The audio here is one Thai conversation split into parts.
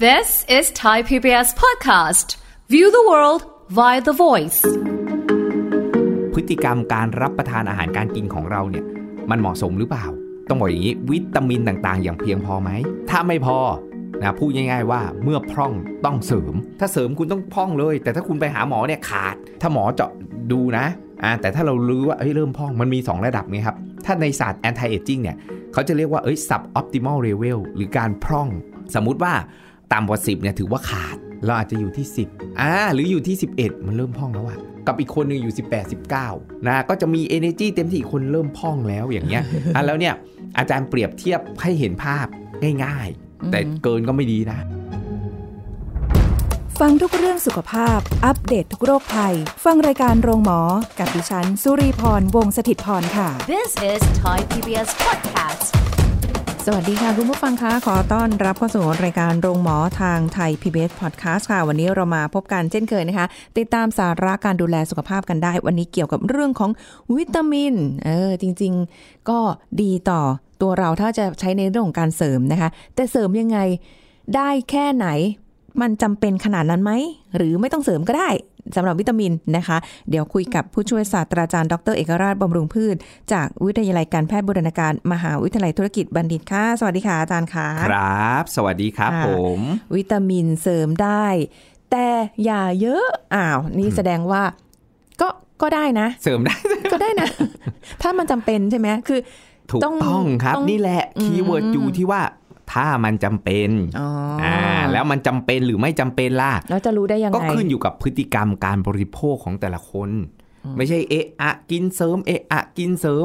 This is Thai PBS podcast. View the world via the voice. พฤติกรรมการรับประทานอาหารการกินของเราเนี่ย มันเหมาะสมหรือเปล่า ต้องบอกอย่างนี้วิตามินต่างๆ อย่างเพียงพอไหม ถ้าไม่พอนะพูดง่ายๆว่าเมื่อพร่องต้องเสริม ถ้าเสริมคุณต้องพร่องเลย แต่ถ้าคุณไปหาหมอเนี่ยขาด ถ้าหมอเจาะดูนะอ่าแต่ถ้าเรารู้ว่าเอ้ยเริ่มพร่องมันมี 2 ระดับไงครับ ถ้าในศาสตร์ anti aging เนี่ยเขาจะเรียกว่าเอ้ย sub optimal level หรือการพร่อง สมมุติว่าต่ำกว่า 10เนี่ยถือว่าขาด เราอาจจะอยู่ที่ 10อ่าหรืออยู่ที่ 11 มันเริ่มพร่องแล้วอะกับอีกคนหนึ่งอยู่ 18 19นะก็จะมี energy เต็มที่อีกคนเริ่มพร่องแล้วอย่างเงี้ย อ่ะแล้วเนี่ยอาจารย์เปรียบเทียบให้เห็นภาพง่ายๆ แต่เกินก็ไม่ดีนะ ฟังทุกเรื่องสุขภาพ อัปเดตทุกโรคภัย ฟังรายการโรงหมอ กับดิฉัน สุรีพร วงศิตพรค่ะ This is Thai PBS podcast. สวัสดีค่ะ คุณผู้ฟังคะ ขอต้อนรับเข้าสู่รายการโรงหมอทางไทย PBS Podcast ค่ะ วันนี้เรามาพบกันเช่นเคยนะคะ ติดตามสาระการดูแลสุขภาพกันได้ วันนี้เกี่ยวกับเรื่องของวิตามิน เออ จริง ๆ ก็ดีต่อตัวเราถ้าจะใช้ในเรื่องของการเสริมนะคะ แต่เสริมยังไง ได้แค่ไหน มันจำเป็นขนาดนั้นไหม หรือไม่ต้องเสริมก็ได้สำหรับวิตามินนะคะ เดี๋ยวคุยกับผู้ช่วยศาสตราจารย์ดรเอกราชบำรุงพืช จากวิทยาลัยการแพทย์บูรณาการมหาวิทยาลัยธุรกิจบัณฑิตค่ะ สวัสดีค่ะอาจารย์ค่ะ ครับ สวัสดีครับ ค่ะ ผม วิตามินเสริมได้ แต่อย่าเยอะอ้าว นี่แสดงว่า ก็ก็ได้นะ เสริมได้ ก็ได้นะ ถ้ามันจำเป็นใช่ไหมคือ ถูก ต้อง ต้องครับ ต้อง นี่แหละ อืม คีย์เวิร์ดอยู่ที่ว่า ถ้ามันจำเป็น อ๋ออ อ่าแล้วมันจำเป็นหรือไม่จำเป็นล่ะ แล้วจะรู้ได้ยังไง ก็ขึ้นอยู่กับพฤติกรรมการบริโภคของแต่ละคน ไม่ใช่เอะอะกินเสริมเอะอะกินเสริม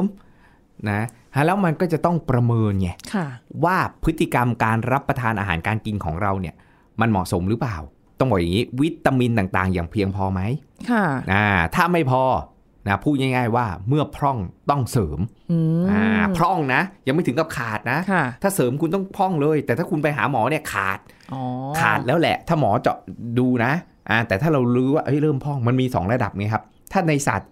นะฮะแล้วมันก็จะต้องประเมินไง ค่ะ ว่าพฤติกรรมการรับประทานอาหารการกินของเราเนี่ย มันเหมาะสมหรือเปล่า ต้องบอกอย่างนี้ วิตามินต่างๆ อย่างเพียงพอไหม ค่ะ อ่าถ้าไม่พอนะพูดง่ายๆว่าเมื่อพร่องต้องเสริม อืม อ่าพร่องนะ ยังไม่ถึงกับขาดนะ ค่ะ ถ้าเสริมคุณต้องพร่องเลย แต่ถ้าคุณไปหาหมอเนี่ยขาด อ๋อ ขาดแล้วแหละ ถ้าหมอเจาะดูนะอ่าแต่ถ้าเรารู้ว่าเอ้ยเริ่มพร่องมันมี 2 ระดับไงครับ ถ้าในศาสตร์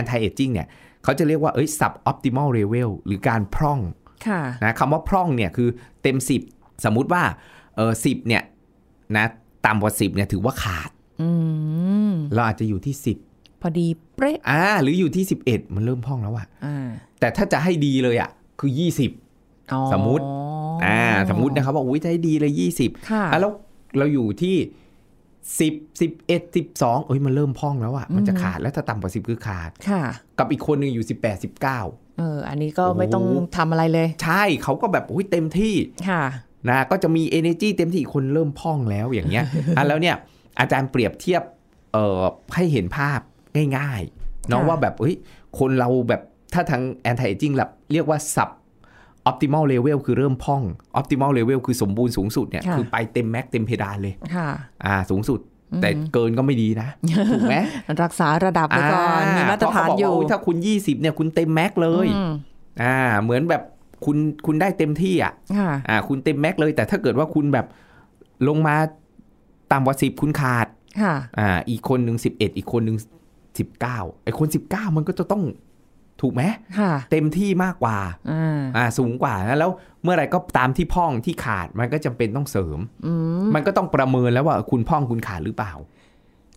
anti aging เนี่ยเขาจะเรียกว่าเอ้ย sub optimal level หรือการพร่อง ค่ะ นะคำว่าพร่องเนี่ยคือเต็ม 10 สมมุติว่าเออสิเนี่ยนะต่ำกว่า 10เนี่ยถือว่าขาด อืม เราอาจจะอยู่ที่ พอดีเป๊ะ 10อ่าหรืออยู่ที่ 11 มันเริ่มพร่องแล้วอะ อ่า แต่ถ้าจะให้ดีเลยอะคือ อ๋อ สมมุติ 20อ่าสมมุตินะครับว่าอุ้ยถ้าให้ดีเลย 20 ค่ะ อ่ะแล้วเราอยู่ที่ 10 11 12เอ้ยมันเริ่มพร่องแล้วอะมันจะ อืม ขาดแล้วถ้าต่ำกว่า 10 คือขาด ค่ะ กับอีกคนหนึ่งอยู่ 18 19 เออ อันนี้ก็ โอ้โห ไม่ต้องทำอะไรเลย ใช่เขาก็แบบอุ้ยเต็มที่ ค่ะ นะก็จะมี energy เต็มที่อีกคนเริ่มพร่องแล้วอย่างเงี้ย อ่ะแล้วเนี่ยอาจารย์เปรียบเทียบเอ่อให้เห็นภาพง่ายๆเนาะ ค่ะ ว่าแบบเฮ้ยคนเราแบบถ้าทาง anti aging แบบเรียกว่า sub optimal level คือเริ่มพร่อง optimal level คือสมบูรณ์สูงสุดเนี่ยคือไปเต็มแม็กเต็มเพดานเลย ค่ะ อ่าสูงสุด แต่เกินก็ไม่ดีนะ ถูก ไหม รักษาระดับไปก่อน มีมาตรฐาน เพะเขบก อยู่ ว่ถ้าคุณ 20เนี่ยคุณเต็มแม็กเลย อืม อ่าเหมือนแบบคุณคุณได้เต็มที่อ่ะ ค่ะ อ่าคุณเต็มแม็กซ์เลยแต่ถ้าเกิดว่าคุณแบบลงมาต่ำกว่าสิบคุณขาด ค่ะ อ่าอีกคนหนึ่งสิบเอ็ดอีกคนหนึ่งสิบเก้าไอคนสิบเก้ามันก็จะต้องถูกไหม ค่ะ เต็มที่มากกว่า อ่า อ่าสูงกว่านะแล้วเมื่อไหรก็ตามที่พร่องที่ขาดมันก็จำเป็นต้องเสริม อืม มันก็ต้องประเมินแล้วว่าคุณพร่องคุณขาดหรือเปล่า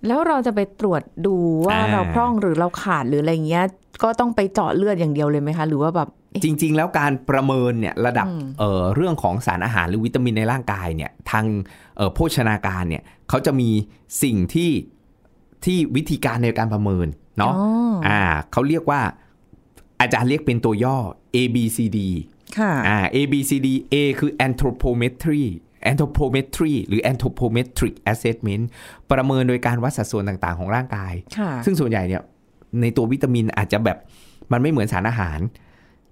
แล้วเราจะไปตรวจดูว่า อ่า เราพร่องหรือเราขาดหรืออะไรเงี้ย ก็ต้องไปเจาะเลือดอย่างเดียวเลยไหมคะ หรือว่าแบบ จริง ๆ แล้วการประเมินเนี่ยระดับ อืม เอ่อเรื่องของสารอาหารหรือวิตามินในร่างกายเนี่ยทางเอ่อโภชนาการเนี่ยเขาจะมีสิ่งที่ที่วิธีการในการประเมินเนาะ อ๋ออ่ อ่าเขาเรียกว่าอาจารย์เรียกเป็นตัวย่อ A B C D ค่ะ อ่า A B C D A คือ anthropometry anthropometry หรือ anthropometric assessment ประเมินโดยการวัดสัดส่วนต่างๆ ของร่างกาย ค่ะ ซึ่งส่วนใหญ่เนี่ยในตัววิตามินอาจจะแบบมันไม่เหมือนสารอาหาร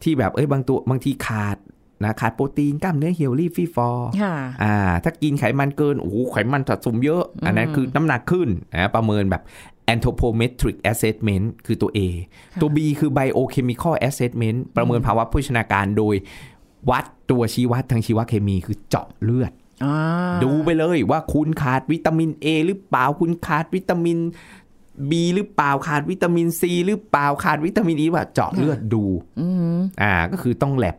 ที่แบบเอ้ยบางตัวบางทีขาดนะขาดโปรตีนกล้ามเนื้อเฮลรี่ฟีฟอร์ ค่ะ อ่าถ้ากินไขมันเกินโอ้โหไขมันสะสมเยอะ อันนั้นคือน้ำหนักขึ้นนะประเมินแบบ anthropometric assessment คือตัว A ตัว B คือ biochemical assessment ประเมินภาวะโภชนาการโดยวัดตัวชี้วัดทางชีวเคมีคือเจาะเลือด อ่า ดูไปเลยว่าคุณขาดวิตามิน A หรือเปล่าคุณขาดวิตามิน B หรือเปล่าขาดวิตามิน C หรือเปล่าขาดวิตามิน E ว่าเจาะเลือดดู อืม อ่าก็คือต้องแลบ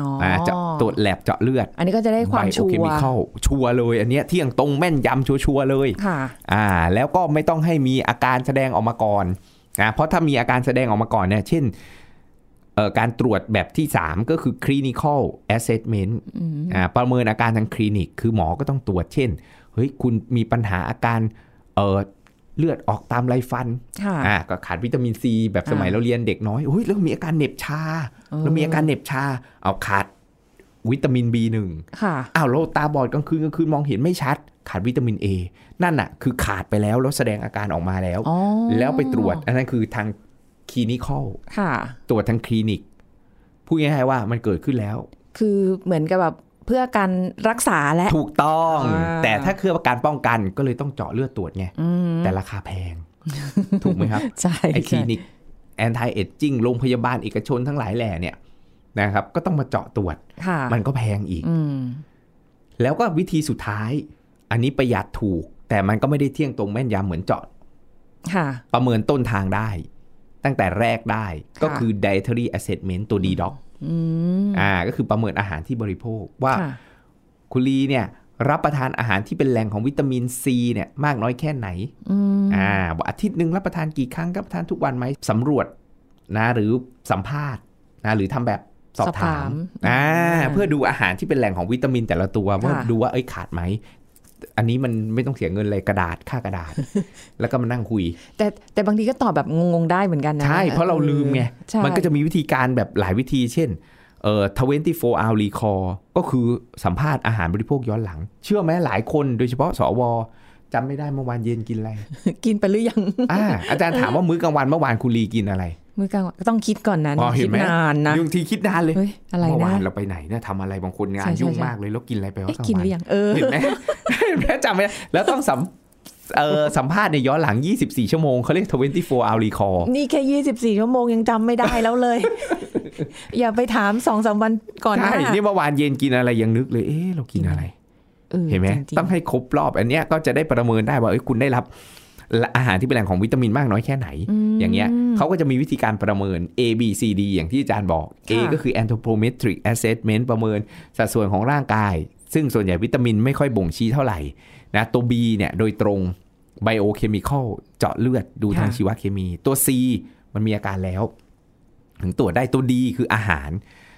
อ๋อ อ่าเจาะตรวจแลบเจาะเลือด อันนี้ก็จะได้ความชั Bio วร์ chemical ชัวร์เลยอันเนี้ยเที่ยงตรงแม่นยำชัวร์ๆเลย ค่ะ อ่าแล้วก็ไม่ต้องให้มีอาการแสดงออกมาก่อนนะเพราะถ้ามีอาการแสดงออกมาก่อนเนี่ยเช่นเอ่อการตรวจแบบที่ 3 ก็คือ clinical assessment อ่าประเมินอาการทางคลินิก คือหมอก็ต้องตรวจเช่นเฮ้ยคุณมีปัญหาอาการเอ่อเลือดออกตามไรฟัน ค่ะ อ่าก็ขาดวิตามินซีแบบสมัย อ่า เราเรียนเด็กน้อยโอ้ยแล้วมีอาการเหน็บชา เออ แล้วมีอาการเหน็บชาเอาขาดวิตามิน B1 ค่ะ อ้าวเราตาบอดกลางคืนกลางคืนมองเห็นไม่ชัด ขาดวิตามิน A นั่นน่ะ คือขาดไปแล้ว แล้วแสดงอาการออกมาแล้ว อ๋อ แล้วไปตรวจ อันนั้นคือทางคลินิคอล ค่ะ ตรวจทางคลินิกพูดง่ายๆว่ามันเกิดขึ้นแล้ว คือเหมือนกับแบบเพื่อการรักษาและ ถูกต้อง อ่า แต่ถ้าคือการป้องกันก็เลยต้องเจาะเลือดตรวจไง อืม แต่ราคาแพง ถูกไหมครับ ใช่ ไอคลิ ใช่ นิกแอนตี้เอจจิ้งโรงพยาบาลเอกชนทั้งหลายแหล่เนี่ยนะครับ ก็ต้องมาเจาะตรวจ ค่ะ มันก็แพงอีก อืม แล้วก็วิธีสุดท้าย อันนี้ประหยัดถูก แต่มันก็ไม่ได้เที่ยงตรงแม่นยำเหมือนเจาะ ค่ะ ประเมินต้นทางได้ ตั้งแต่แรกได้ก็ ค่ะ คือ dietary assessment ตัว d d o c อืม อ่าก็คือประเมินอาหารที่บริโภค ว่า ค่ะ คุณลีเนี่ย รับประทานอาหารที่เป็นแหล่งของวิตามินซีเนี่ยมากน้อยแค่ไหน อืม อ่าว่าอาทิตย์หนึ่งรับประทานกี่ครั้งรับประทานทุกวันไหมสำรวจนะหรือสัมภาษณ์นะหรือทำแบบสอบถามอ่าเพื่อดูอาหารที่เป็นแหล่งของวิตามินแต่ละตัวว่า ค่ะ ดูว่าเอ้ยขาดไหม อันนี้มันไม่ต้องเสียเงินเลยกระดาษค่ากระดาษ แล้วก็มานั่งคุย แต่แต่บางทีก็ตอบแบบงงๆได้เหมือนกันนะ ใช่ เพราะเราลืมไง ใช่ มันก็จะมีวิธีการแบบหลายวิธี เช่น เอ่อ 24 hour recall ก็คือสัมภาษณ์อาหารบริโภคย้อนหลัง เชื่อไหมหลายคนโดยเฉพาะสวจำไม่ได้เมื่อวานเย็นกินอะไร กินไปหรือยัง อ่า อาจารย์ถามว่ามื้อกลางวันเมื่อวานคุณลีกินอะไร มือกลางวันก็ต้องคิดก่อนนะ อ๋อเห็ คิ น ด ไหม นานนะ บางทีคิดนานเลย เฮ้ยอะไร เมื่อ นะ วานเราไปไหนเนี่ยทำอะไรบางคนงา ใช่ น ใช่ ยุ่ง ใช่ มากเลยแล้วกินอะไรไปวะ เอ๊ะ กลาง กิน วันหรือยังเออ เห็นไหม เห็นไหมจำไม่ได้แล้วต้องสัมเอ่อสัมภาษณ์ในยย้อนหลัง 24 ชั่วโมงเขาเรียก 24 hour recall นี่แค่ยี่สิบสี่ชั่วโมงยังจำไม่ได้แล้ว เลย อย่าไปถามสองสามวันก่อนห ใช่ น้า นี่เมื่อวานเย็นกินอะไรยังนึกเลย เอ๊ะเรากินอะไร ออ เห็นไหม จริงๆ ต้องให้ครบรอบอันเนี้ยก็จะได้ประเมินได้ว่าเอ้ยคุณได้รับอาหารที่เป็นแหล่งของวิตามินมากน้อยแค่ไหน อย่างเงี้ยเขาก็จะมีวิธีการประเมิน A B C D อย่างที่อาจารย์บอก A ก็คือ anthropometric assessment ประเมินสัดส่วนของร่างกาย ซึ่งส่วนใหญ่วิตามินไม่ค่อยบ่งชี้เท่าไหร่นะตัว B เนี่ยโดยตรง biochemical เจาะเลือดดูทางชีวเคมี ตัว C มันมีอาการแล้ว ถึงตรวจได้ตัว D คืออาหาร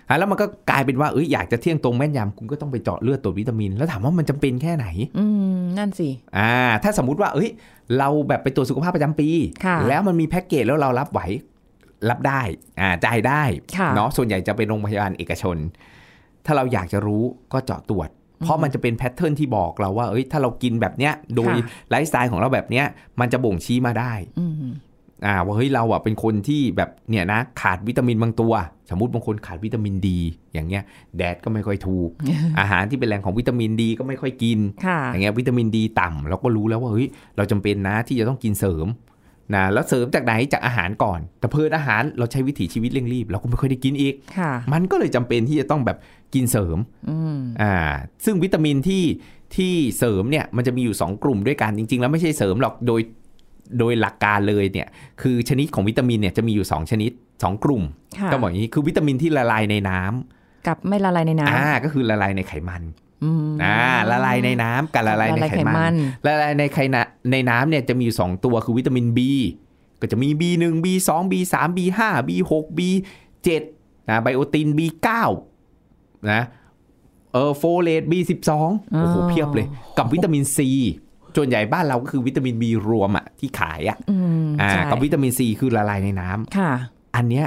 อ่ะแล้วมันก็กลายเป็นว่าเอ้ยอยากจะเที่ยงตรงแม่นยำคุณก็ต้องไปเจาะเลือดตรวจวิตามิน แล้วถามว่ามันจำเป็นแค่ไหน อืมนั่นสิ อ่าถ้าสมมุติว่าเอ้ย เราแบบไปตรวจสุขภาพประจำปี ค่ะ แล้วมันมีแพ็กเกจแล้วเรารับไหวรับได้อ่าจ่ายได้ ค่ะ เนาะส่วนใหญ่จะเป็นโรงพยาบาลเอกชน ถ้าเราอยากจะรู้ก็เจาะตรวจ เพราะมันจะเป็นแพทเทิร์นที่บอกเราว่าเอ้ยถ้าเรากินแบบเนี้ยโดย ค่ะ ไลฟ์สไตล์ของเราแบบเนี้ยมันจะบ่งชี้มาได้ อืม อ่าว่าเฮ้ยเราอ่ะเป็นคนที่แบบเนี่ยนะขาดวิตามินบางตัว สมมติบางคนขาดวิตามินดี อย่างเงี้ยแดดก็ไม่ค่อยถู ก อาหารที่เป็นแหล่งของวิตามินดีก็ไม่ค่อยกิน ค่ะ อย่างเงี้ยวิตามินดีต่ำเราก็รู้แล้วว่าเฮ้ยเราจำเป็นนะที่จะต้องกินเสริมนะแล้วเสริมจากไหนจากอาหารก่อน แต่เพลินอาหารเราใช้วิถีชีวิตเร่งรีบ เราก็ไม่ค่อยได้กินอีก ค่ะ มันก็เลยจำเป็นที่จะต้องแบบกินเสริม อืม อ่าซึ่งวิตามินที่ที่เสริมเนี่ยมันจะมีอยู่ 2 กลุ่มด้วยกันจริง ๆ แล้วไม่ใช่เสริมหรอกโดยโดยหลักการเลยเนี่ยคือชนิดของวิตามินเนี่ยจะมีอยู่ 2 ชนิด 2 กลุ่ม ค่ะ ก็บอกอย่างนี้คือวิตามินที่ละลายในน้ำ กับไม่ละลายในน้ อ่าก็คือละลายในไขมัน ำอืม อ่าละลายในน้ำกับละลายในไข ละลายไขมั มัน นละลายในไขนะในน้ำเนี่ยจะมีอยู่ 2 ตัวคือวิตามิน B ก็จะมี B1 B2 B3 B5 B6 B7 นะไบโอติน B9 นะเออโฟเลต B12 โอ้โห อ๋อ เพียบเลย กับวิตามินซีส่วนใหญ่บ้านเราก็คือวิตามิน B รวมอะที่ขายอะ อืม อ่า ใช่ กับวิตามินซีคือละลายในน้ำ ค่ะ อันเนี้ย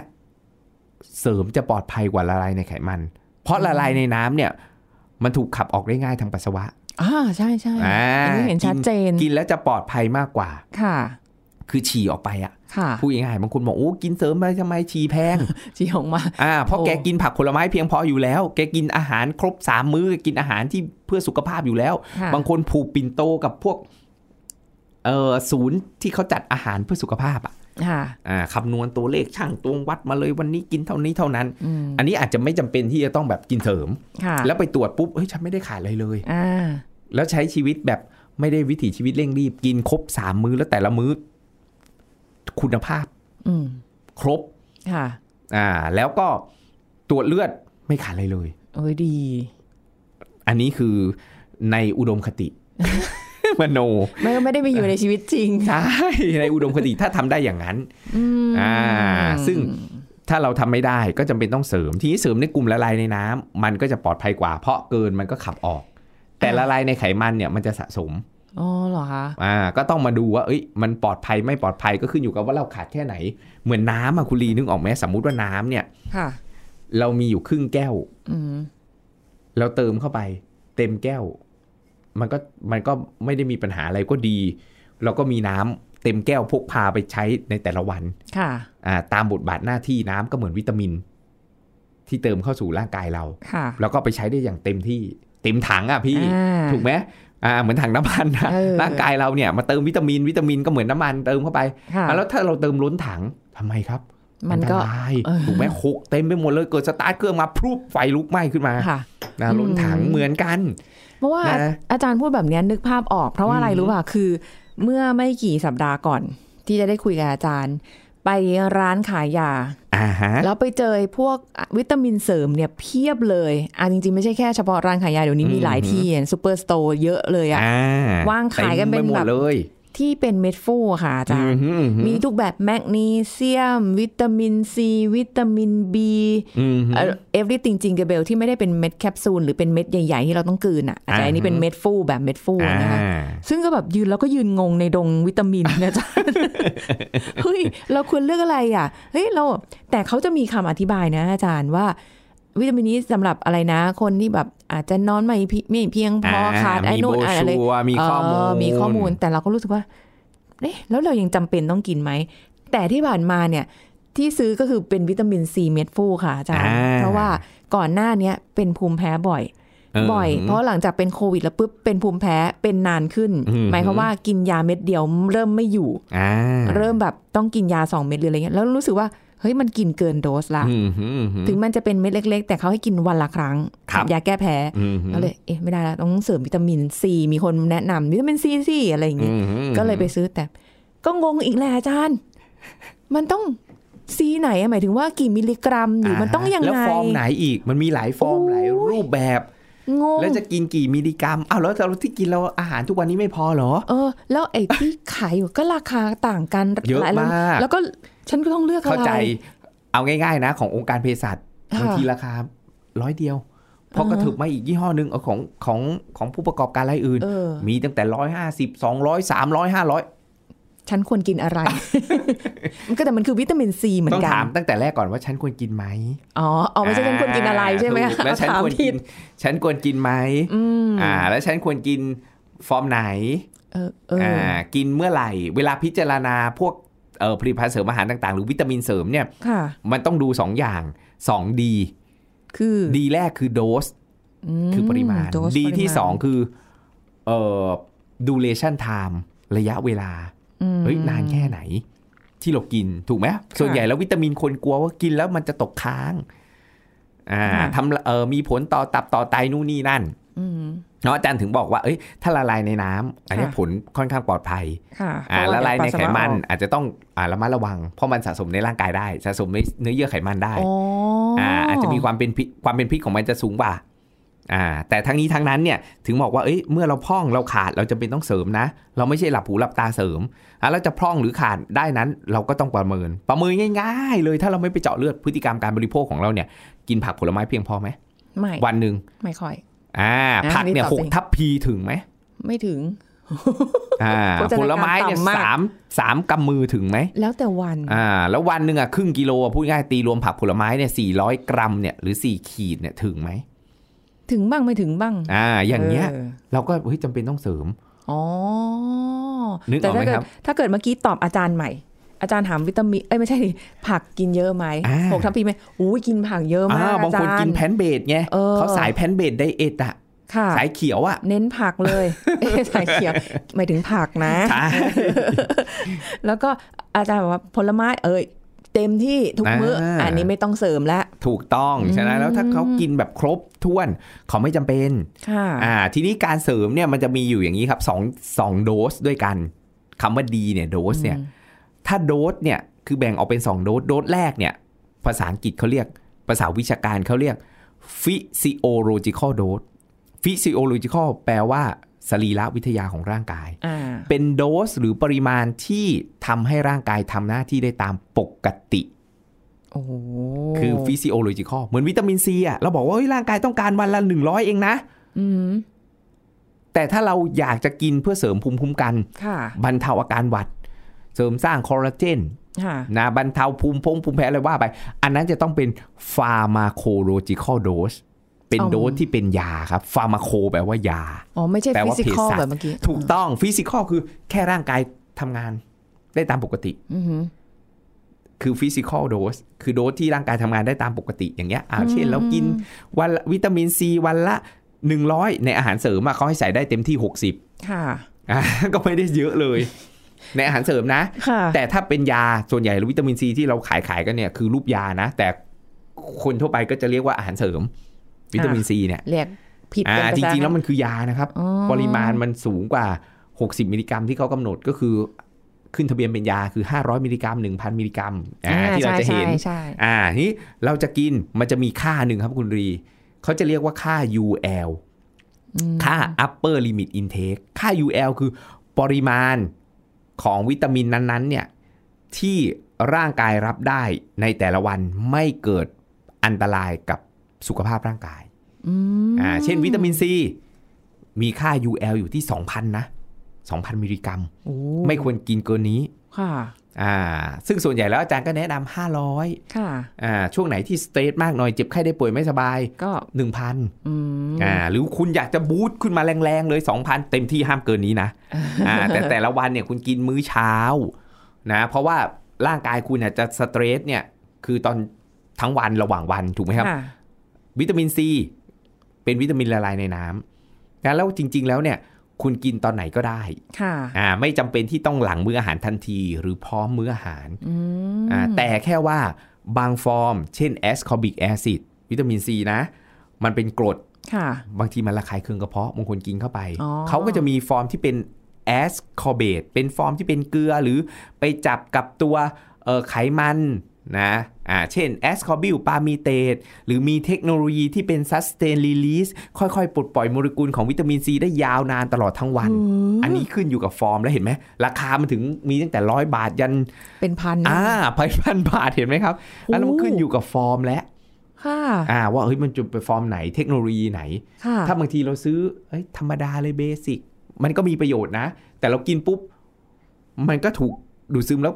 เสริมจะปลอดภัยกว่าละลายในไขมัน เพราะละลายในน้ำเนี่ย มันถูกขับออกได้ง่ายทางปัสสาวะ อ่าใช่ใช่ อ่า อันนี้เห็นชัดเจน กินแล้วจะปลอดภัยมากกว่า ค่ะ คือฉี่ออกไปอะ ค่ะ พูดง่ายๆบางคนบอกโอ้กินเสริมไปทำไมฉี่แพง จีออกมา อ่าเพราะ โอ้ แกกินผักผลไม้เพียงพออยู่แล้ว แกกินอาหารครบสามมื้อ กินอาหารที่เพื่อสุขภาพอยู่แล้ว ค่ะ บางคนผูกปิ่นโตกับพวกเอ่อศูนย์ที่เขาจัดอาหารเพื่อสุขภาพอ่ะ ค่ะ อ่าคำนวณตัวเลขช่างตวงวัดมาเลยวันนี้กินเท่านี้เท่านั้น อืม อันนี้อาจจะไม่จำเป็นที่จะต้องแบบกินเสริม ค่ะ แล้วไปตรวจปุ๊บเฮ้ยฉันไม่ได้ขาดอะไรเลย อ่า แล้วใช้ชีวิตแบบไม่ได้วิถีชีวิตเร่งรีบ กินครบสามมื้อแล้วแต่ละมื้อคุณภาพ อืม ครบ ค่ะ อ่าแล้วก็ตรวจเลือด ไม่ขาดอะไรเลย โอ้ยดี อันนี้คือในอุดมคติ มโน ไม่ไม่ได้ไปอยู่ในชีวิตจริง ใช่ ในอุดมคติถ้าทำได้อย่างนั้น อืม อ่าซึ่ง ถ้าเราทำไม่ได้ก็จำเป็นต้องเสริม ทีนี้เสริมในกลุ่มละลายในน้ำมันก็จะปลอดภัยกว่า เพราะเกินมันก็ขับออก แต่ละลายในไขมันเนี่ยมันจะสะสม อ๋อเหรอคะ อ่าก็ต้องมาดูว่าเอ้ยมันปลอดภัยไม่ปลอดภัยก็ขึ้นอยู่กับว่าเราขาดแค่ไหน เหมือนน้ำอะคุณลีนึกออกไหมสมมุติว่าน้ำเนี่ย ค่ะ เรามีอยู่ครึ่งแก้ว อืม เราเติมเข้าไป เต็มแก้ว มันก็มันก็ไม่ได้มีปัญหาอะไรก็ดี เราก็มีน้ำเต็มแก้วพกพาไปใช้ในแต่ละวัน ค่ะ อ่าตามบทบาทหน้าที่น้ำก็เหมือนวิตามิน ที่เติมเข้าสู่ร่างกายเรา ค่ะ แล้วก็ไปใช้ได้อย่างเต็มที่ เต็มถังอ่ะพี่ อ่า ถูกไหมอ่าเหมือนถังน้ำมันนะ เออ ร่างกายเราเนี่ยมาเติมวิตามินวิตามินก็เหมือนน้ำมันเติมเข้าไป ค่ะ อ่ะแล้วถ้าเราเติมล้นถังทำไมครับ มันก็ อัตราย เออ ถูกไหมหกเต็มไปหมดเลยเกิดสตาร์ทเครื่องมาพรุบไฟลุกไหม้ขึ้นมา ค่ะ นะล้นถัง อืม เหมือนกัน เพราะว่า นะ อาจารย์พูดแบบเนี้ยนึกภาพออก เพราะว่าอะไร อืม รู้ป่ะคือ เมื่อไม่กี่สัปดาห์ก่อน ที่จะได้คุยกับอาจารย์ ไปร้านขายยา อ่าฮะ แล้วไปเจอพวกวิตามินเสริมเนี่ยเพียบเลยอ่ะจริงๆ ไม่ใช่แค่เฉพาะร้านขายยาเดี๋ยวนี้มีหลาย อืม ที่ซูเปอร์สโตร์เยอะเลยอ่ะ อ่ วางขายกันเป็น ต็มไหมด แบบ เลย ที่เป็นเม็ดฟูค่ะอาจารย์ อืม มีทุกแบบแมกนีเซียม วิตามินซี วิตามินบี อืม เอ่อฟริติงจิงเกเบลที่ไม่ได้เป็นเม็ดแคปซูลหรือเป็นเม็ดใหญ่ๆ ที่เราต้องกลืนอ่ะอาจารย์อันนี้ อ่าฮะ เป็นเม็ดฟูแบบเม็ดฟู อ่า นะคะ ซึ่งก็แบบยืนแล้วก็ยืนงงในดงวิตามินนะจ๊ะ เฮ้ย เราควรเลือกอะไรอ่ะ เฮ้ย เรา แต่เขาจะมีคำอธิบายนะอาจารย์ว่า วิตามินนี้สำหรับอะไรนะ คนที่แบบอาจจะนอนไม่เพีไม่เพียงพออาขาดไอ้ มี นู่น โบ อะไร ชัวร์มีข้อมูล เมีข้อมูลแต่เราก็รู้สึกว่าเอ๊ะแล้วเรายังจำเป็นต้องกินไหม แต่ที่ผ่านมาเนี่ย ที่ซื้อก็คือเป็นวิตามินซีเม็ดฟูค่ะอาจารย์ อ่า เพราะว่าก่อนหน้าเนี้ยเป็นภูมิแพ้บ่อย เม บ่อย เพราะหลังจากเป็นโควิดแล้วปุ๊บเป็นภูมิแพ้เป็นนานขึ้น อืม หมายความว่ากินยาเม็ดเดียวเริ่มไม่อยู่ อ่า เริ่มแบบต้องกินยา 2 เม็ดหรืออะไรเงี้ยแล้วรู้สึกว่าเฮ้ยมันกินเกินโดสละ อืมอืมอืม ถึงมันจะเป็นเม็ดเล็ก ๆ แต่เขาให้กินวันละครั้ง ครับ กัยาแก้แพ้ อืม ก็เลยเอ๊ะไม่ได้ละต้องเสริมวิตามินซีมีคนแนะนำวิตามินซีสิอะไรอย่าง อื งี้ ม ก็เลยไปซื้อแต่ ก็งงอีกแหละอาจารย์ มันต้องซีไหนอะหมายถึงว่ากี่มิลลิกรัมหรือมันต้องยัง แล้ว ไง ฟอร์มไหนอีกมันมีหลายฟอร์มหลายรูปแบบ งง แล้วจะกินกี่มิลลิกรัมอ้าวแล้วเราที่กินเราอาหารทุกวันนี้ไม่พอเหรอ เออแล้วไอ้ที่ ขายอยู่ก็ราคาต่างกัน เยอะ หลร้น มาก แล้วก็ฉันก็ต้องเลือกอะไร เข้าใจเอาง่ายๆนะ ขององค์การเภสัช ค่ะ บางทีราคาร้อยเดียวพอ อ่าฮะ กระถึบมาอีกยี่ห้อหนึ่งเอาของของของผู้ประกอบการรายอื่น เออ มีตั้งแต่ร้อยห้าสิบสองร้อยสามร้อยห้าร้อย ฉันควรกินอะไร มันก็แต่มันคือวิตามินซีเหมือ ต้อนง กั ถาม น ตั้งแต่แรกก่อนว่าฉันควรกินไหม อ๋อเอาไม่ใช่ฉันควรกินอะไรใช่ไหม ถูกแล้วฉัน ถาม ควร ผิ กิ ด นฉันควรกินไหม อืม อ่า แล้วฉันควรกินฟอร์มไหน เออเออ อ่า อ กินเมื่อไหร่ เวลาพิจารณาพวกเอ่อผลิตภัณฑ์เสริมอาหารต่างๆ หรือวิตามินเสริมเนี่ย ค่ะ มันต้องดู 2 อย่าง 2 ดี คือ ดีแรกคือโดส ม คือปริมาณ โส ดีที่ ปริมาณ 2 คือเอ่อ duration time ระยะเวลา อืม เฮ้ย นานแค่ไหน ที่เรากินถูกไหมส่วนใหญ่แล้ววิตามินคนกลัวว่ากินแล้วมันจะตกค้างอ่า ค่ะ ทำเอ่อมีผลต่อตับต่อไตนู่นนี่นั่น อืม เนาะอาจารย์ถึงบอกว่าเอ้ยถ้าละลายในน้ำอันเนี้ย ค่ะ ผลค่อนข้างปลอดภัย ค่ะ อ่า เพร ละลายใน เดี๋ว ไข ปัสสวะ มัน ออก อาจจะต้องอ่าระมัดระวัง เพราะมันสะสมในร่างกายได้ สะสมในเนื้อเยื่อไขมันได้ อ๋ออ อ่าอาจจะมีความเป็นพิษความเป็นพิษของมันจะสูงกว่าอ่า แต่ทั้งนี้ทั้งนั้นเนี่ยถึงบอกว่าเอ้ยเมื่อเราพร่องเราขาดเราจะเป็นต้องเสริมนะ เราไม่ใช่หลับหูหลับตาเสริมอ่ะเราจะพร่องหรือขาดได้นั้น เราก็ต้องประเมิน ประเมินง่าย ๆ เลยถ้าเราไม่ไปเจาะเลือดพฤติกรรมการบริโภคของเราเนี่ยกินผักผลไม้เพียงพอไหม ไม่ วันหนึ่ง ไม่ค่อย อ่า อ่ะ ผักเนี่ย นี่ตอบ หก สิ ทัพพีถึงไหม ไม่ถึง อ่า โภชนาการ ผลไม้เนี่ย ต่ำมาก สามสามกำมือถึงไหม แล้วแต่วัน อ่าแล้ววันหนึ่งอ่ะครึ่งกิโลอ่ะพูดง่ายตีรวมผักผลไม้เนี่ยสี่ร้อยกรัมเนี่ยหรือสี่ขีดเนี่ยถึงไหม ถึงบ้างไม่ถึงบ้าง อ่าอย่างเงี้ย ออ เราก็เฮ้ยจำเป็นต้องเสริม อ๋อ นึกออกไหม ถ้าคเกิด รับ ถ้าเกิดเมื่อกี้ตอบอาจารย์ใหม่ อาจารย์ถามวิตามิน เอ้ยไม่ใช่ดิผักกินเยอะไหม อ่า หกทัพพีไหมอู้ยกินผักเยอะมาก อ่าบางคน อจรย์ กินแพลนต์เบดไง เออ เขาสายแพลนต์เบดไดเอทอ่ะ ค่ะ สายเขียวอ่ะ เน้นผักเลย เอ้ยสายเขียวหมายถึงผักนะ ใช่ แล้วก็อาจารย์บอกว่าผลไม้เอ้ยเต็มที่ทุกมื้ออา อันนี้ไม่ต้องเสริมแล้ว ถูกต้อง อืม ฉะนั้นแล้วถ้าเขากินแบบครบถ้วนเขาไม่จำเป็น ค่ะ อ่าทีนี้การเสริมเนี่ยมันจะมีอยู่อย่างนี้ครับสองสองโดสด้วยกันคำว่าดีเนี่ยโดสเนี่ยถ้าโดสเนี่ยคือแบ่งออกเป็นสองโดสโดสแรกเนี่ยภาษาอังกฤษเขาเรียกภาษาวิชาการเขาเรียก physiological dose physiological แปลว่าสรีระวิทยาของร่างกาย อ่า เป็นโดสหรือปริมาณที่ทำให้ร่างกายทำหน้าที่ได้ตามปกติ โอ้โห คือ physiological เหมือนวิตามินซีอะเราบอกว่าเฮ้ยร่างกายต้องการวันละ 100 เองนะ อืม แต่ถ้าเราอยากจะกินเพื่อเสริมภูมิคุ้มกัน ค่ะ บรรเทาอาการหวัด เสริมสร้างคอลลาเจน ค่ะ นะบรรเทาภูมิพงภูมิแพ้อะไรว่าไป อันนั้นจะต้องเป็น pharmacological dose เป็น อ๋อ โดสที่เป็นยาครับ pharmaco แปลว่ายา อ๋อ ไม่ใช่ แปล ฟิ ว่า สิกอล เภสัช แบบเมื่อกี้ ถูกต้อง physical คือแค่ร่างกายทำงานได้ตามปกติ อือหือ คือ physical dose คือโดสที่ร่างกายทำงานได้ตามปกติอย่างเงี้ยอ่า อืม เช่นเรากินวันละวิตามินซีวันละ 100 ในอาหารเสริมอะเขาให้ใส่ได้เต็มที่ 60 ค่ะ อ่ะ ก็ไม่ได้เยอะเลย ในอาหารเสริมนะ ค่ะ แต่ถ้าเป็นยาส่วนใหญ่วิตามินซีที่เราขายขายกันเนี่ยคือรูปยานะ แต่คนทั่วไปก็จะเรียกว่าอาหารเสริม วิตามินซีเนี่ย เรียกผิด อ่า กันไป จ ซะ ริงๆ แล้วมันคือยานะครับ อ๋อ ปริมาณมันสูงกว่า 60 มิลลิกรัมที่เขากำหนดก็คือ ขึ้นทะเบียนเป็นยาคือ 500 มิลลิกรัม 1,000 มิลลิกรัมอ่าที่เราจะเห็น ใช่ใช่ใช่ อ่าทีนี้เราจะกินมันจะมีค่าหนึ่งครับคุณรีเขาจะเรียกว่าค่า UL อืม ค่า upper limit intake ค่า UL คือปริมาณของวิตามินนั้นๆเนี่ยที่ร่างกายรับได้ในแต่ละวันไม่เกิดอันตรายกับสุขภาพร่างกาย อืม อ่าเช่นวิตามินซีมีค่า UL อยู่ที่ 2,000 นะ 2,000 มิลลิกรัม โอ้ ไม่ควรกินเกินนี้ ค่ะ อ่าซึ่งส่วนใหญ่แล้วอาจารย์ก็แนะนำ500 ค่ะ อ่าช่วงไหนที่สเตรสมากหน่อยเจ็บไข้ได้ป่วยไม่สบาย ก็ 1,000 อืม อ่าหรือคุณอยากจะบูตขึ้นมาแรงๆ เลย 2,000 เต็มที่ห้ามเกินนี้นะ อ่าแต่แต่ละวันเนี่ยคุณกินมื้อเช้านะเพราะว่าร่างกายคุณอาจจะสเตรสเนี่ยคือตอนทั้งวันระหว่างวันถูกไหมครับ ค่ะ วิตามินซีเป็นวิตามินละลายในน้ำนะแล้วจริง ๆ แล้วเนี่ยคุณกินตอนไหนก็ได้ ค่ะ อ่าไม่จำเป็นที่ต้องหลังมื้ออาหารทันที หรือพร้อมมื้ออาหาร อืม อ่าแต่แค่ว่าบางฟอร์ม เช่นแอสคอบิกแอซิดวิตามินซีนะ มันเป็นกรด ค่ะ บางทีมันระคายเคืองกระเพาะบางคนกินเข้าไป อ๋อ เขาก็จะมีฟอร์มที่เป็นแอสคอเบตเป็นฟอร์มที่เป็นเกลือหรือไปจับกับตัวเอ่อไขมันนะอ่าเช่นแอสคอบิลปามีเตตหรือมีเทคโนโลยีที่เป็นซัสเตน e l ลิสค่อยๆ ปลดปล่อยโมเลกุลของวิตามินซีได้ยาวนานตลอดทั้งวัน อันนี้ขึ้นอยู่กับฟอร์มแล้วเห็นไหมราคามันถึงมีตั้งแต่ร้อยบาทยัน เป็นพันนะ อ่าไปพันบาทเห็นไหมครับอันนั้นมัน โอ้ ขึ้นอยู่กับฟอร์มแล้ว ค่ะ อ่าว่าเฮ้ยมันจะไปฟอร์มไหนเทคโนโลยีไหน ค่ะ ถ้าบางทีเราซื้อเอ้ยธรรมดาเลยเบสิกมันก็มีประโยชน์นะ แต่เรากินปุ๊บ มันก็ถูกดูดซึมแล้ว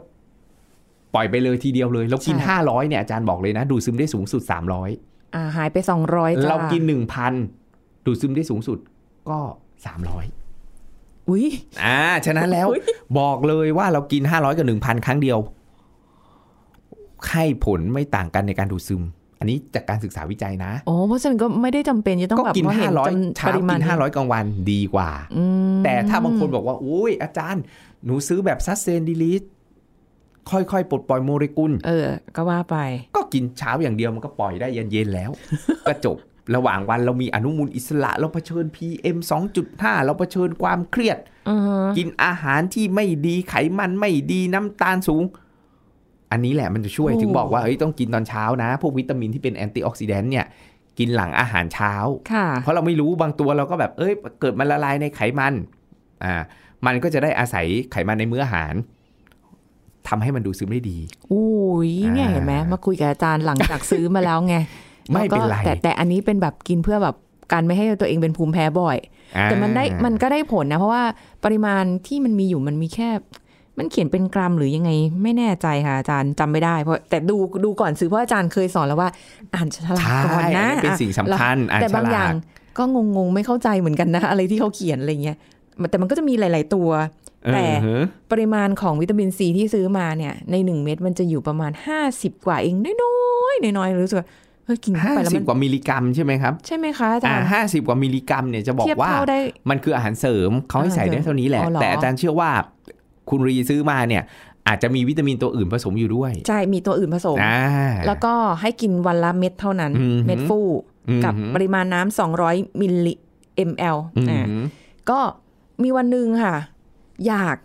ปล่อยไปเลยทีเดียวเลย เรากิน ใช่ 500เนี่ยอาจารย์บอกเลยนะ ดูดซึมได้สูงสุด 300 อ่าหายไปสองร้อย เรากิน 1,000 ดูดซึมได้สูงสุดก็ 300 อุ้ย อ่า ฉะนั้นแล้วบอกเลยว่าเรากิน 500 กับ 1,000 ครั้งเดียว ให้ผลไม่ต่างกันในการดูดซึม อันนี้จากการศึกษาวิจัยนะ โอ้เพราะฉะนั้นก็ไม่ได้จำเป็นจะต้อง ก็ แบบ กิน ว่าเห็นจำ 500 ป เช้า ริมา กิ ณ น 500กลางวันดีกว่า อืม แต่ถ้าบางคนบอกว่า อุ้ยอาจารย์ หนูซื้อแบบซัสเซนดีลิสค่อยๆ ปลดปล่อยโมเลกุล เออ ก็ว่าไป ก็กินเช้าอย่างเดียวมันก็ปล่อยได้เย็นๆแล้ว ก็จบ ระหว่างวันเรามีอนุมูลอิสระ เราเผชิญ PM 2.5 เราเผชิญความเครียด อือฮะ กินอาหารที่ไม่ดีไขมันไม่ดีน้ำตาลสูง อันนี้แหละมันจะช่วยถึงบอกว่าเอ้ยต้องกินตอนเช้านะ พวกวิตามินที่เป็นแอนตี้ออกซิแดนต์เนี่ยกินหลังอาหารเช้า ค่ะ เพราะเราไม่รู้บางตัวเราก็แบบเอ้ยเกิดมันละลายในไขมันอ่ามันก็จะได้อาศัยไขมันในมื้ออาหารทำให้มันดูซึมได้ดี อุ้ยเนี่ย อ่า เห็นไหมมาคุยกับอาจารย์หลังจากซื้อมาแล้วไง ไม่ แล้วก็ เป็นไร แต่แต่อันนี้เป็นแบบกินเพื่อแบบการไม่ให้ตัวเองเป็นภูมิแพ้บ่อย แต่มันได้ อ่า มันก็ได้ผลนะ เพราะว่าปริมาณที่มันมีอยู่มันมีแค่ มันเขียนเป็นกรัมหรือยังไง ไม่แน่ใจค่ะอาจารย์จำไม่ได้เพราะแต่ดูดูก่อนซื้อเพราะอาจารย์เคยสอนแล้วว่า อ่านฉลาก ใช่ ก่อนนะ อันนี้เป็นสิ่งสำคัญ อ่ะ อ่าน แต่ ฉ บางอ ลา ย่าง ก ก็งงๆไม่เข้าใจเหมือนกันนะ อะไรที่เขาเขียนอะไรเงี้ยมันแต่มันก็จะมีหลาย ๆ ตัว แต่ เออฮะ ปริมาณของวิตามินซีที่ซื้อมาเนี่ย ในหนึ่งเม็ดมันจะอยู่ประมาณ 50 กว่าเองน้อยๆน้อยๆรู้สึกว่าเฮ้ยกินเข้า ห้า ไปแล้ว สิ มั บ น กว่ามิลลิกรัมใช่ไหมครับ ใช่ไหมคะอาจา อ่าร ย์ ห้าสิบกว่ามิลลิกรัมเนี่ยจะบอก เทียบ ว่า เท่าได้ มันคืออาหารเสริมเขาให้ใส่ได้เท่านี้แหละ อ๋อเหรอ แต่อาจารย์เชื่อว่าคุณรีซื้อมาเนี่ย อาจจะมีวิตามินตัวอื่นผสมอยู่ด้วย ใช่มีตัวอื่นผสม อ่า แล้วก็ให้กินวันละเม็ดเท่านั้น อืม เม็ดฟูกับ อืม ปริมาณน้ำ200 มิลลิ ml อืม อ่าก็มีวันหนึ่งค่ะ อยาก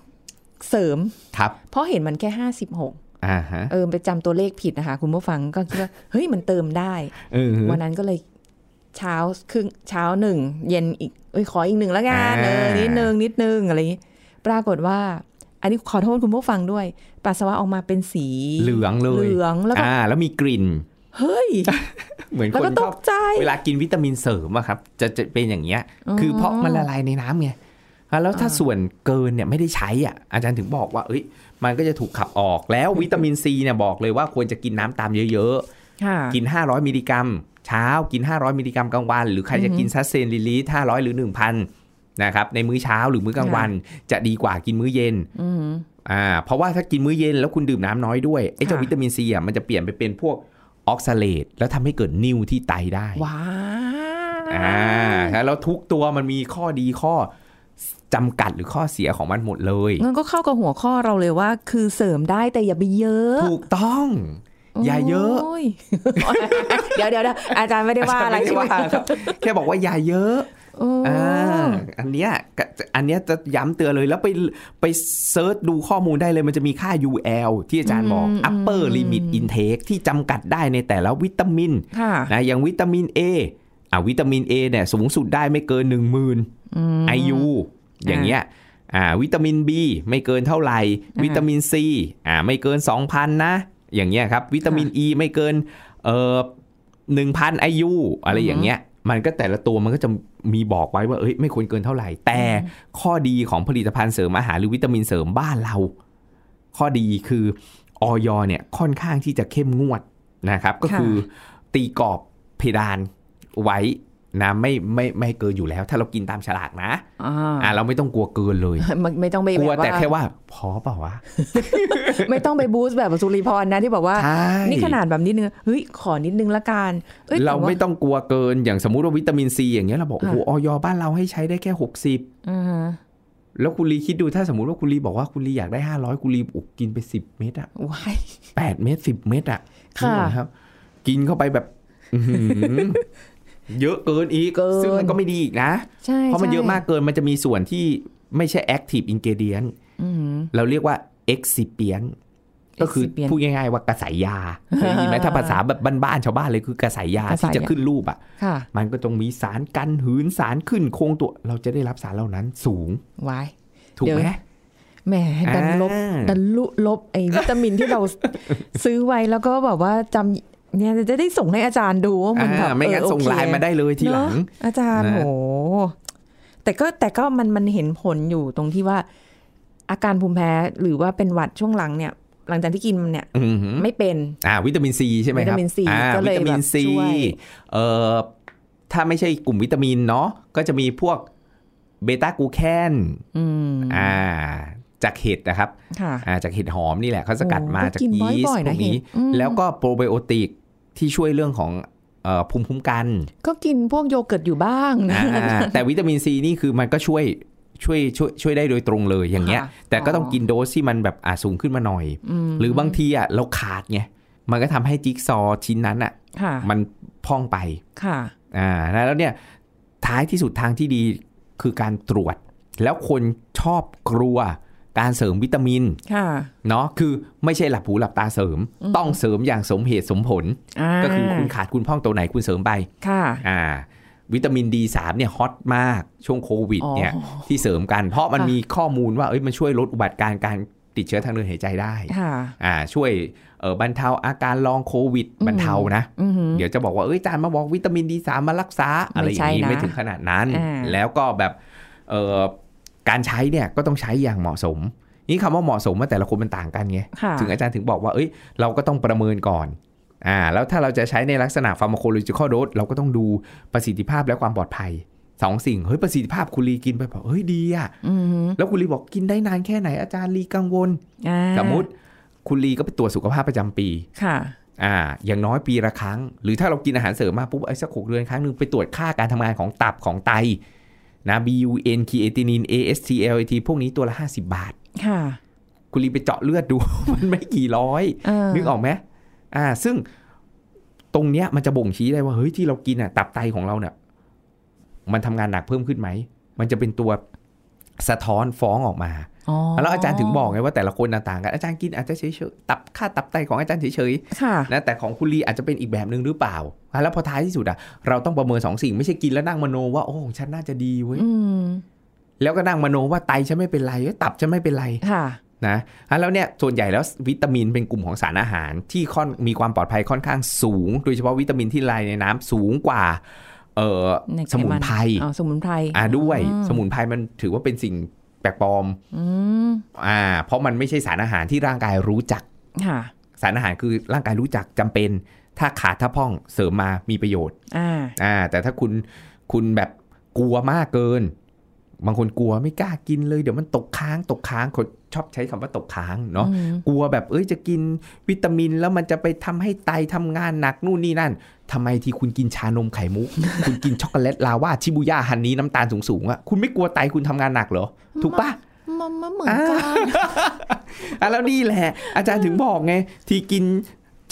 เสริม ครับ เพราะเห็นมันแค่ อ่าฮะ 56 เออไปจำตัวเลขผิดนะคะ คุณผู้ฟังก็คิดว่า เฮ้ยมันเติมได้ เออฮึ วันนั้นก็เลย เช้าครึ่งเช้าหนึ่งเย็นอีกเอ้ยขออีกหนึ่งละกัน อ่า เออนิดนึงนิดนึงอะไรอย่างนี้ปรากฏว่า อันนี้ขอโทษคุณผู้ฟังด้วย ปัสสาวะออกมาเป็นสี เหลืองเลย เหลืองแล้วก็ อ่า แล้วมีกลิ่น เฮ้ย เหมือน แล้ว ค ก็ น ต ชอบ กใจ เวลากินวิตามินเสริมอะครับ จะจะเป็นอย่างเงี้ย คือเพราะมันละลายในน้ำไงอ่ะแล้วถ้าส่วนเกินเนี่ยไม่ได้ใช้อ่ะ อาจารย์ถึงบอกว่า เอ้ย มันก็จะถูกขับออกแล้ววิตามินซีเนี่ยบอกเลยว่าควรจะกินน้ำตามเยอะ ค่ะ ๆ กิน 500 มิลลิกรัม เช้ากิน 500 มิลลิกรัมกลางวัน หรือใครจะกินซัสเซนลิลีท500 หรือ 1,000นะครับในมื้อเช้าหรือมื้อกลางวัน จะดีกว่ากินมื้อเย็น อืม อ่าเพราะว่าถ้ากินมื้อเย็นแล้วคุณดื่มน้ำน้อยด้วยไอ้เจ้า ค่ะ วิตามินซีอ่ะมันจะเปลี่ยนไปเป็นพวกออกซาเลตแล้วทำให้เกิดนิ่วที่ไตได้ ว้า อ่าแล้วทุกตัวมันมีข้อดีข้อจำกัดหรือข้อเสียของมันหมดเลย งั้นก็เข้ากับหัวข้อเราเลยว่า คือเสริมได้แต่อย่าไปเยอะ ถูกต้อง อย่าเยอะ โยเดี๋ยวเดี๋ยวเดี๋ยวอาจารย์ไม่ได้ว่าอะไร ม่ด้ ใช่ไหม ครับแค่บอกว่าอย่าเยอะ โอ้ อ่าอันเนี้ยก็อันเนี้ยจะย้ำเตือนเลยแล้วไปไปเซิร์ชดูข้อมูลได้เลยมันจะมีค่า UL ที่อาจารย์บอก upper limit intake ที่จำกัดได้ในแต่ละวิตามิน ค่ะ นะอย่างวิตามิน A อ่ะวิตามิน A เนี่ยสูงสุดได้ไม่เกิน 1 0,000 IU อย่างเงี้ยอ่าวิตามิน B ไม่เกินเท่าไหร่ วิตามิน C อ่าไม่เกิน 2,000 นะ อย่างเงี้ยครับวิตามิน E ไม่เกินเอ่อ1,000 IU อะไรอย่างเงี้ยมันก็แต่ละตัวมันก็จะมีบอกไว้ว่าเอ้ยไม่ควรเกินเท่าไหร่ แต่ข้อดีของผลิตภัณฑ์เสริมอาหารหรือวิตามินเสริมบ้านเรา ข้อดีคือออยเนี่ยค่อนข้างที่จะเข้มงวดนะครับ ก็ ค่ะ คือตีกรอบเพดานไว้นะไม่ไม่ไม่เกินอยู่แล้ว ถ้าเรากินตามฉลากนะ อ่ อ่า า เราไม่ต้องกลัวเกินเลย ไม่ไม่ต้องไป กลัว บบ แต่แค่ว่าพอเปล่าวะ ไม่ต้องไปบูสต์แบบสุริพรนะที่บอกว่า ใช่ นี่ขนาดแบบนิดนึงเฮ้ยขอนิดนึงละกันอ้ย เรา แต่ว่ ไม่ต้องกลัวเกินอย่างสมมุติว่าวิตามินซีอย่างเงี้ยเราบอกโอ้ ค่ะ โหออยบ้านเราให้ใช้ได้แค่ อือฮะ 60 แล้วคุณลีคิดดูถ้าสมมติว่าคุณลีบอกว่าคุณลีอยากได้ 500คุณลีอุกกินไป 10 เม็ดอะ ว้าย 8เม็ด10 เม็ดอะ ค่ะ นึกออกไหมครับ กินเข้าไปแบบอื้อหือเยอะเกินอีก เกิน ซึ่งมันก็ไม่ดีอีกนะ ใช่ เพราะมัน ใช่ เยอะมากเกิน มันจะมีส่วนที่ไม่ใช่ active ingredient อือหือ เราเรียกว่า excipient ก็คือ excipient พูดง่ายๆว่ากระสายยาเคยได้ยิน ไหมถ้าภาษาแบบบ้านๆชาวบ้านเลยคือกระสายยาก ระสาย ที่ ยา จะขึ้นรูปอ่ะ ค่ะ มันก็ต้องมีสารกันหืนสารขึ้นโครงตัว เราจะได้รับสารเหล่านั้นสูง ว้าย ถูก เดี๋ยว ไหม แหมดันลบ อ่า ดันลุลบไอ้วิตามินที่เรา ซื้อไว้แล้วก็แบบว่าจำเนี่ยจะได้ส่งให้อาจารย์ดูว่ามันแบบ อ่าไม่งั้น เออโอเค ส่งไลน์มาได้เลยทีหลัง เนอะอาจารย์ นะ โหแต่ก็แต่ก็มันมันเห็นผลอยู่ตรงที่ว่า อาการภูมิแพ้หรือว่าเป็นหวัดช่วงหลังเนี่ย หลังจากที่กินมันเนี่ย อือหือ ไม่เป็น อ่าวิตามินซีใช่ไหมครับ วิตามิน C อ่า ก็เลย วิตามิน แบบ ซี ช่วย เอ่อถ้าไม่ใช่กลุ่มวิตามินเนาะก็จะมีพวกเบต้ากลูแคน อืม อ่าจากเห็ดนะครับ ค่ะ อ่าจากเห็ดหอมนี่แหละเขาสกัดมา โอ้ จาก ก็กิน ยีส บ่ ต์ อยๆ พว นะ กนี้ เห็ดอืม แล้วก็โปรไบโอติกที่ช่วยเรื่องของเอ่อภูมิคุ้มกัน ก็กินพวกโยเกิร์ตอยู่บ้างนะ อ่า แต่วิตามินซีนี่คือมันก็ช่วยช่วยช่วยช่วยได้โดยตรงเลยอย่างเงี้ย ค่ะ แต่ก็ อ๋อ ต้องกินโดสที่มันแบบอ่าสูงขึ้นมาหน่อย อืม หรือบางทีอ่ะเราขาดไงมันก็ทำให้จิ๊กซอว์ชิ้นนั้นอ่ะ ค่ะ มันพร่องไป ค่ะ อ่าแล้วเนี่ยท้ายที่สุดทางที่ดีคือการตรวจ แล้วคนชอบกลัวการเสริมวิตามิน ค่ะ เนาะคือไม่ใช่หลับหูหลับตาเสริม ต้องเสริมอย่างสมเหตุสมผล อ่า ก็คือคุณขาดคุณพร่องตัวไหนคุณเสริมไป ค่ะ อ่า วิตามิน D3 เนี่ยฮอตมากช่วงโควิด อ๋อ เนี่ยที่เสริมกันเพราะมัน ค่ะ มีข้อมูลว่าเอ้ยมันช่วยลดอุบัติการณ์การติดเชื้อทางเดินหายใจได้ ค่ะ อ่าช่วยเอ่อบรรเทาอาการลองโควิดบรรเทานะ อือหือ เดี๋ยวจะบอกว่าเอ้ยอาจารย์มาบอกวิตามิน D3 มารักษาอะไรอย่างนี้ ไม่ใช่นะ ไม่ถึงขนาดนั้น อ่า แล้วก็แบบเอ่อการใช้เนี่ยก็ต้องใช้อย่างเหมาะสม นี่คำว่าเหมาะสมว่าแต่ละคนมันต่างกันไง ค่ะ ถึงอาจารย์ถึงบอกว่า เอ้ย เราก็ต้องประเมินก่อน อ่า แล้วถ้าเราจะใช้ในลักษณะ pharmacological dose เราก็ต้องดูประสิทธิภาพและความปลอดภัยสองสิ่ง เฮ้ย ประสิทธิภาพคุณลีกินไปบอกเฮ้ย ดีอะ อือหือ แล้วคุณลีบอกกินได้นานแค่ไหนอาจารย์ลีกังวล อ่า สมมติคุณลีก็ไปตรวจสุขภาพประจำปี ค่ะ อ่า อย่างน้อยปีละครั้ง หรือถ้าเรากินอาหารเสริมมาปุ๊บไอ้สักหกเดือนครั้งหนึ่งไปตรวจค่าการทำงานของตับของไต นะ BUN creatinine AST LAT พวกนี้ตัวละ 50 บาท ค่ะ คุณลีไปเจาะเลือดดู มันไม่กี่ร้อย เออ นึกออกไหมอ่า ซึ่งตรงเนี้ยมันจะบ่งชี้ได้ว่า เฮ้ย ที่เรากินอ่ะ ตับไตของเราเนี่ย มันทำงานหนักเพิ่มขึ้นไหม มันจะเป็นตัวสะท้อนฟ้องออกมา อ อ๋อ แล้วอาจารย์ถึงบอกไงว่าแต่ละคนต่างกันอาจารย์กินอาจจะเฉยๆตับค่าตับไตของอาจารย์เฉย ค่ะ ๆนะแต่ของคุณลีอาจจะเป็นอีกแบบหนึ่งหรือเปล่าอ่ะแล้วพอท้ายที่สุดอ่ะเราต้องประเมินสองสิ่งไม่ใช่กินแล้วนั่งมโนว่าโอ้ฉันน่าจะดีเว้ย อืม แล้วก็นั่งมโนว่าไตฉันไม่เป็นไรเอ้ยตับฉันไม่เป็นไร ค่ะ นะอ่ะแล้วเนี่ยส่วนใหญ่แล้ววิตามินเป็นกลุ่มของสารอาหารที่ค่อนมีความปลอดภัยค่อนข้างสูง โดยเฉพาะวิตามินที่ละลายในน้ำสูงกว่าเออ ใน สมุนไพร อ๋อสมุนไพร อ่าด้วย อื สมุนไพรมันถือว่าเป็นสิ่งแปลกปลอม อืม อ่าเพราะมันไม่ใช่สารอาหารที่ร่างกายรู้จัก ค่ะ สารอาหารคือร่างกายรู้จักจำเป็น ถ้าขาดถ้าพร่องเสริมมามีประโยชน์ อ่า อ่าแต่ถ้าคุณคุณแบบกลัวมากเกิน บางคนกลัวไม่กล้ากินเลยเดี๋ยวมันตกค้างตกค้างคนชอบใช้คำว่าตกค้างเนาะ อืม กลัวแบบเอ้ยจะกินวิตามินแล้วมันจะไปทำให้ไตทำงานหนักนู่นนี่นั่นทำไมที่คุณกินชานมไข่ มุก คุณกินช็อกโกแลตลาวาชิบูย่าฮันนี้น้ำตาลสูงๆอะคุณไม่กลัวไตคุณทำงานหนักเหรอ ถูกปะ มันมันเหมือน อ่า กัน อ่ะแล้วนี่แหละ อาจารย์ถึงบอกไง ที่กิน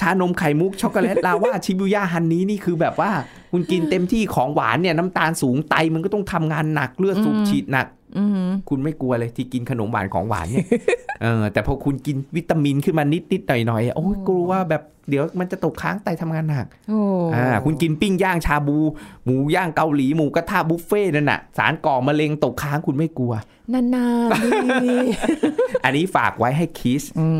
ชานมไข่มุกช็อกโกแลตลาวา ชิบูย่าฮันนี้นี่คือแบบว่า คุณกินเต็มที่ของหวานเนี่ยน้ำตาลสูงไตมันก็ต้องทำงานหนักเลือดสูบฉีดหนัก อืม คุณไม่กลัวเลยที่กินขนมหวานของหวานเนี่ย เออแต่พอคุณกินวิตามินขึ้นมานิดนิดหน่อยหน่อยๆโอ้ยกลัวแบบเดี๋ยวมันจะตกค้างไตทำงานหนัก โอ้ อ่าคุณกินปิ้งย่างชาบู หมูย่างเกาหลีหมูกระทะบุฟเฟ่ต์นั่นน่ะสารก่อมะเร็งตกค้างคุณไม่กลัว นานๆดี อันนี้ฝากไว้ให้คิส อืม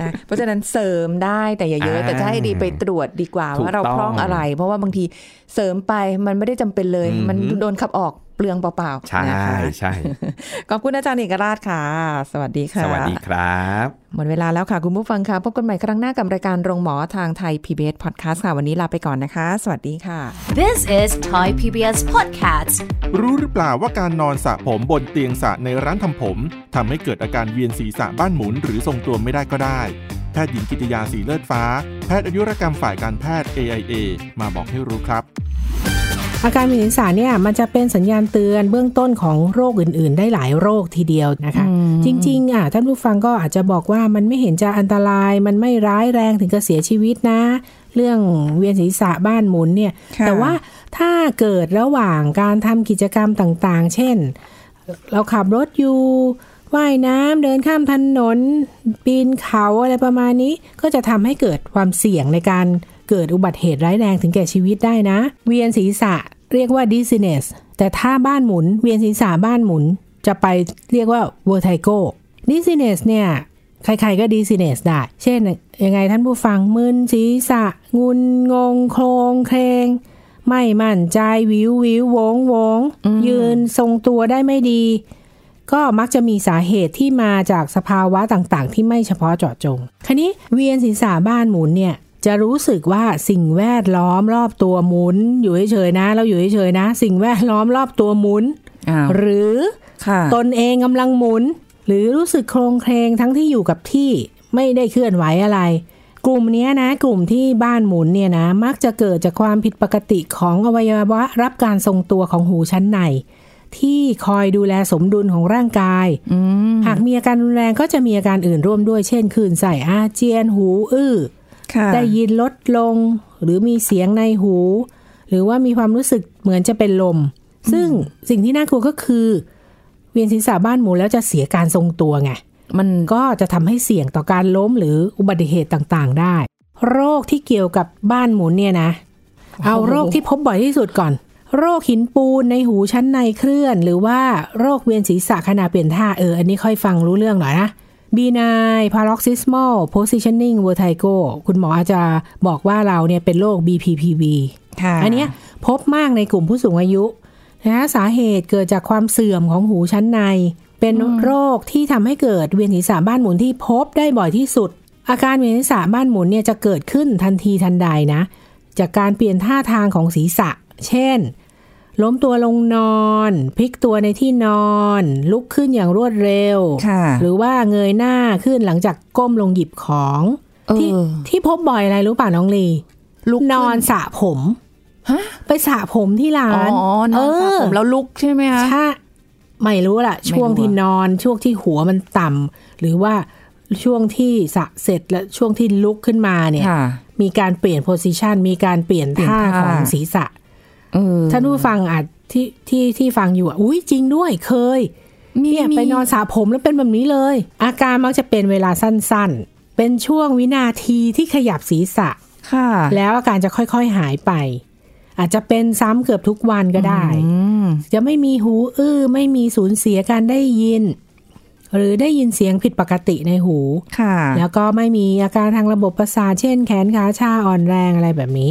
นะเพราะฉะนั้นเสริมได้แต่อย่าเยอะ อ่า แต่จะให้ดีไปตรวจดีกว่า ถูก ว่าเราพร่องอะไร เพราะว่าบางทีเสริมไปมันไม่ได้จำเป็นเลย อืม มันโดนขับออกเปลืองเปล่า ใช่ ๆนะคะ ใช่ ขอบคุณอาจารย์เอกราชค่ะ สวัสดีค่ะ สวัสดีครับ หมดเวลาแล้วค่ะ คุณผู้ฟังค่ะ พบกันใหม่ครั้งหน้ากับรายการโรงหมอทางไทย PBS Podcast ค่ะ วันนี้ลาไปก่อนนะคะ สวัสดีค่ะ This is Thai PBS Podcast รู้หรือเปล่าว่าการนอนสระผมบนเตียงสระในร้านทำผมทำให้เกิดอาการเวียนศีรษะบ้านหมุนหรือทรงตัวไม่ได้ก็ได้ แพทย์หญิงกิตยาสีเลิศฟ้า แพทย์อายุรกรรมฝ่ายการแพทย์ AIA มาบอกให้รู้ครับ อาการมีศีรษะเนี่ยมันจะเป็นสัญญาณเตือนเบื้องต้นของโรคอื่นๆ ได้หลายโรคทีเดียวนะคะ จริงๆอ่ะท่านผู้ฟังก็อาจจะบอกว่ามันไม่เห็นจะอันตราย มันไม่ร้ายแรงถึงกับเสียชีวิตนะ เรื่องเวียนศีรษะบ้านหมุนเนี่ย ค่ะ แต่ว่าถ้าเกิดระหว่างการทำกิจกรรมต่างๆ เช่น เราขับรถอยู่ ว่ายน้ำเดินข้ามถนน ปีนเขาอะไรประมาณนี้ ก็จะทำให้เกิดความเสี่ยงในการเกิดอุบัติเหตุร้ายแรงถึงแก่ชีวิตได้นะ เวียนศีรษะเรียกว่า dizziness แต่ถ้าบ้านหมุน เวียนศีรษะบ้านหมุน จะไปเรียกว่า vertigo dizziness เนี่ยใครๆก็ dizziness ได้ เช่นยังไงท่านผู้ฟังมึนศีรษะ งุนงงโครงเครง ไม่มั่นใจวิววิววงวง ยืนทรงตัวได้ไม่ดี ก็มักจะมีสาเหตุที่มาจากสภาวะต่างๆ ที่ไม่เฉพาะเจาะจง คราวนี้เวียนศีรษะบ้านหมุนเนี่ย จะรู้สึกว่าสิ่งแวดล้อมรอบตัวหมุน อยู่เฉยๆนะ เราอยู่เฉยๆนะ สิ่งแวดล้อมรอบตัวหมุน อ้าว หรือ ค่ะ ตนเองกำลังหมุน หรือรู้สึกโครงเครงทั้งที่อยู่กับที่ไม่ได้เคลื่อนไหวอะไร กลุ่มเนี้ยนะ กลุ่มที่บ้านหมุนเนี่ยนะ มักจะเกิดจากความผิดปกติของอวัยวะรับการทรงตัวของหูชั้นใน ที่คอยดูแลสมดุลของร่างกาย อืม หากมีอาการรุนแรงก็จะมีอาการอื่นร่วมด้วย เช่นคลื่นไส้อาเจียนหูอื้อ ค่ะ ได้ยินลดลง หรือมีเสียงในหู หรือว่ามีความรู้สึกเหมือนจะเป็นลม ซึ่งสิ่งที่น่ากลัวก็คือ เวียนศีรษะบ้านหมุนแล้วจะเสียการทรงตัวไง มัน ก็จะทำให้เสี่ยงต่อการล้มหรืออุบัติเหตุต่างๆ ได้ โรคที่เกี่ยวกับบ้านหมุนเนี่ยนะ เอาโรคที่พบบ่อยที่สุดก่อน โรคหินปูนในหูชั้นในเคลื่อน หรือว่าโรคเวียนศีรษะขณะเปลี่ยนท่าเอออันนี้ค่อยฟังรู้เรื่องหน่อยนะ B9 paroxysmal positioning vertigo คุณหมออาจจะบอกว่าเราเนี่ยเป็นโรค BPPV ค่ะ อันเนี้ยพบมากในกลุ่มผู้สูงอายุนะสาเหตุเกิดจากความเสื่อมของหูชั้นใน เป็นโรคที่ทำให้เกิดเวียนศีรษะบ้านหมุนที่พบได้บ่อยที่สุด อาการเวียนศีรษะบ้านหมุนเนี่ยจะเกิดขึ้นทันทีทันใดนะ จากการเปลี่ยนท่าทางของศีรษะ เช่น ล้มตัวลงนอน พลิกตัวในที่นอน ลุกขึ้นอย่างรวดเร็ว ค่ะ หรือว่าเงยหน้าขึ้นหลังจากก้มลงหยิบของ เออ ที่ที่พบบ่อยอะไรรู้ป่ะน้องลี ลุก นอนสระผมไปสระผมที่ร้า อ๋อนนอนสระผมแล้วลุกใช่ไหม เออ คะ ถ้าไม่รู้ล่ะ ไม่รู้อะ ช่วงที่นอนช่วงที่หัวมันต่ำหรือว่าช่วงที่สระเสร็จและช่วงที่ลุกขึ้นมาเนี่ย ค่ะ มีการเปลี่ยนโพสิชันมีการเปลี่ยนท่า เปลี่ยนท่า ของศีรษะ เออ ท่านผู้ฟังอาจที่ที่ที่ฟังอยู่อะอุ้ยจริงด้วยเคย มี เนี่ยไปนอนสระผมแล้วเป็นแบบนี้เลย อาการมักจะเป็นเวลาสั้นๆ เป็นช่วงวินาทีที่ขยับศีรษะ ค่ะ แล้วอาการจะค่อยๆหายไป อาจจะเป็นซ้ำเกือบทุกวันก็ได้ อืม จะไม่มีหูอื้อ ไม่มีสูญเสียการได้ยิน หรือได้ยินเสียงผิดปกติในหู ค่ะ แล้วก็ไม่มีอาการทางระบบประสาทเช่นแขนขาชาอ่อนแรงอะไรแบบนี้